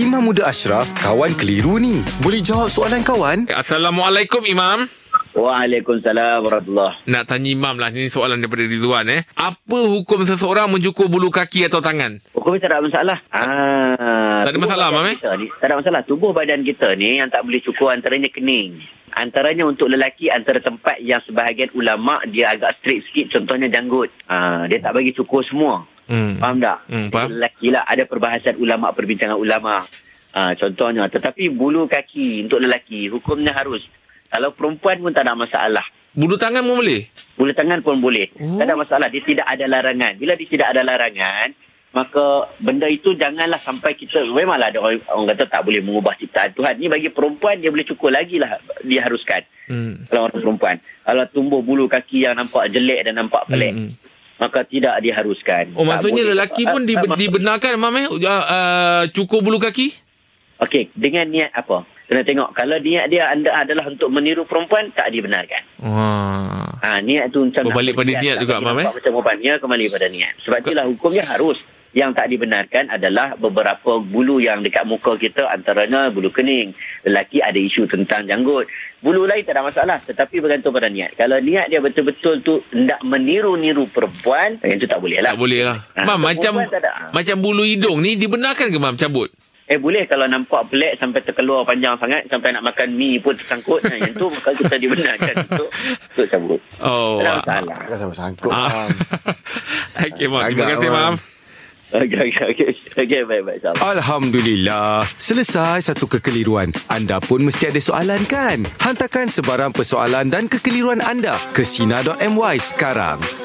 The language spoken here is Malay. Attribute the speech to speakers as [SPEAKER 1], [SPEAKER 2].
[SPEAKER 1] Imam Muda Ashraf, kawan keliru ni. Boleh jawab soalan kawan?
[SPEAKER 2] Assalamualaikum Imam
[SPEAKER 3] Waalaikumsalam warahmatullahi
[SPEAKER 2] Nak tanya Imam lah Ini soalan daripada Rizwan eh Apa hukum seseorang mencukur bulu kaki atau tangan?
[SPEAKER 3] Hukum tak ada masalah. Ah,
[SPEAKER 2] Tak ada masalah,
[SPEAKER 3] tubuh
[SPEAKER 2] Mam, eh?
[SPEAKER 3] badan kita Ni, tak ada masalah. Tubuh badan kita ni yang tak boleh cukur antaranya kening. Antaranya untuk lelaki antara tempat yang sebahagian ulama dia agak straight sikit contohnya janggut. Ah, dia tak bagi cukur semua.
[SPEAKER 2] Hmm.
[SPEAKER 3] Faham tak?
[SPEAKER 2] Hmm, faham.
[SPEAKER 3] Lelaki lah ada perbahasan ulama, perbincangan ulama. Ha, contohnya. Tetapi bulu kaki untuk lelaki, hukumnya harus. Kalau perempuan pun tak ada masalah.
[SPEAKER 2] Bulu tangan pun boleh?
[SPEAKER 3] Bulu tangan pun boleh.
[SPEAKER 2] Oh.
[SPEAKER 3] Oh. Tak ada masalah. Dia tidak ada larangan. Bila dia tidak ada larangan, maka benda itu janganlah sampai kita... Memanglah ada orang, orang kata tak boleh mengubah ciptaan Tuhan. Ni bagi perempuan, dia boleh cukur lagi lah. Dia haruskan.
[SPEAKER 2] Hmm.
[SPEAKER 3] Kalau orang perempuan. Kalau tumbuh bulu kaki yang nampak jelek dan nampak pelik.
[SPEAKER 2] Hmm, hmm.
[SPEAKER 3] Maka tidak diharuskan.
[SPEAKER 2] Oh
[SPEAKER 3] Tak
[SPEAKER 2] maksudnya
[SPEAKER 3] boleh. Ah,
[SPEAKER 2] lelaki pun di,
[SPEAKER 3] Tak masalah.
[SPEAKER 2] dibenarkan Imam eh uh, uh, Cukur bulu kaki?
[SPEAKER 3] Okey, dengan niat apa? Kena tengok. Kalau niat dia anda adalah untuk meniru perempuan, tak dibenarkan.
[SPEAKER 2] Wah.
[SPEAKER 3] Ha, niat tu macam...
[SPEAKER 2] Berbalik Oh,
[SPEAKER 3] nak-
[SPEAKER 2] pada niat juga,
[SPEAKER 3] tak
[SPEAKER 2] Mam,
[SPEAKER 3] nampak
[SPEAKER 2] eh?
[SPEAKER 3] Macam perempuan, ya, kembali pada niat. Sebab itulah hukumnya harus. Yang tak dibenarkan adalah beberapa bulu yang dekat muka kita antaranya bulu kening. Lelaki ada isu tentang janggut. Bulu lain tak ada masalah tetapi bergantung pada niat. Kalau niat dia betul-betul tu nak meniru-niru perempuan, yang tu tak boleh lah.
[SPEAKER 2] Tak boleh lah
[SPEAKER 3] Ah,
[SPEAKER 2] Mam macam
[SPEAKER 3] perempuan tak ada. Ah.
[SPEAKER 2] Macam bulu hidung ni Dibenarkan ke Mam cabut?
[SPEAKER 3] Eh boleh kalau nampak pelik sampai terkeluar panjang sangat sampai nak makan mie pun tersangkut. Nah, yang tu maka kita dibenarkan untuk untuk cabut.
[SPEAKER 2] Oh
[SPEAKER 3] Tak ada
[SPEAKER 2] ah.
[SPEAKER 3] masalah.
[SPEAKER 4] Tak sama sangkut.
[SPEAKER 2] Ah.
[SPEAKER 4] Ah.
[SPEAKER 2] Okey Mam Terima
[SPEAKER 4] Agak,
[SPEAKER 2] kasih
[SPEAKER 4] Mam.
[SPEAKER 2] Mam
[SPEAKER 3] Okey okey okey. Okey baik-baik insyaAllah.
[SPEAKER 1] Alhamdulillah. Selesai satu kekeliruan. Anda pun mesti ada soalan kan? Hantarkan sebarang persoalan dan kekeliruan anda ke Sina.my sekarang.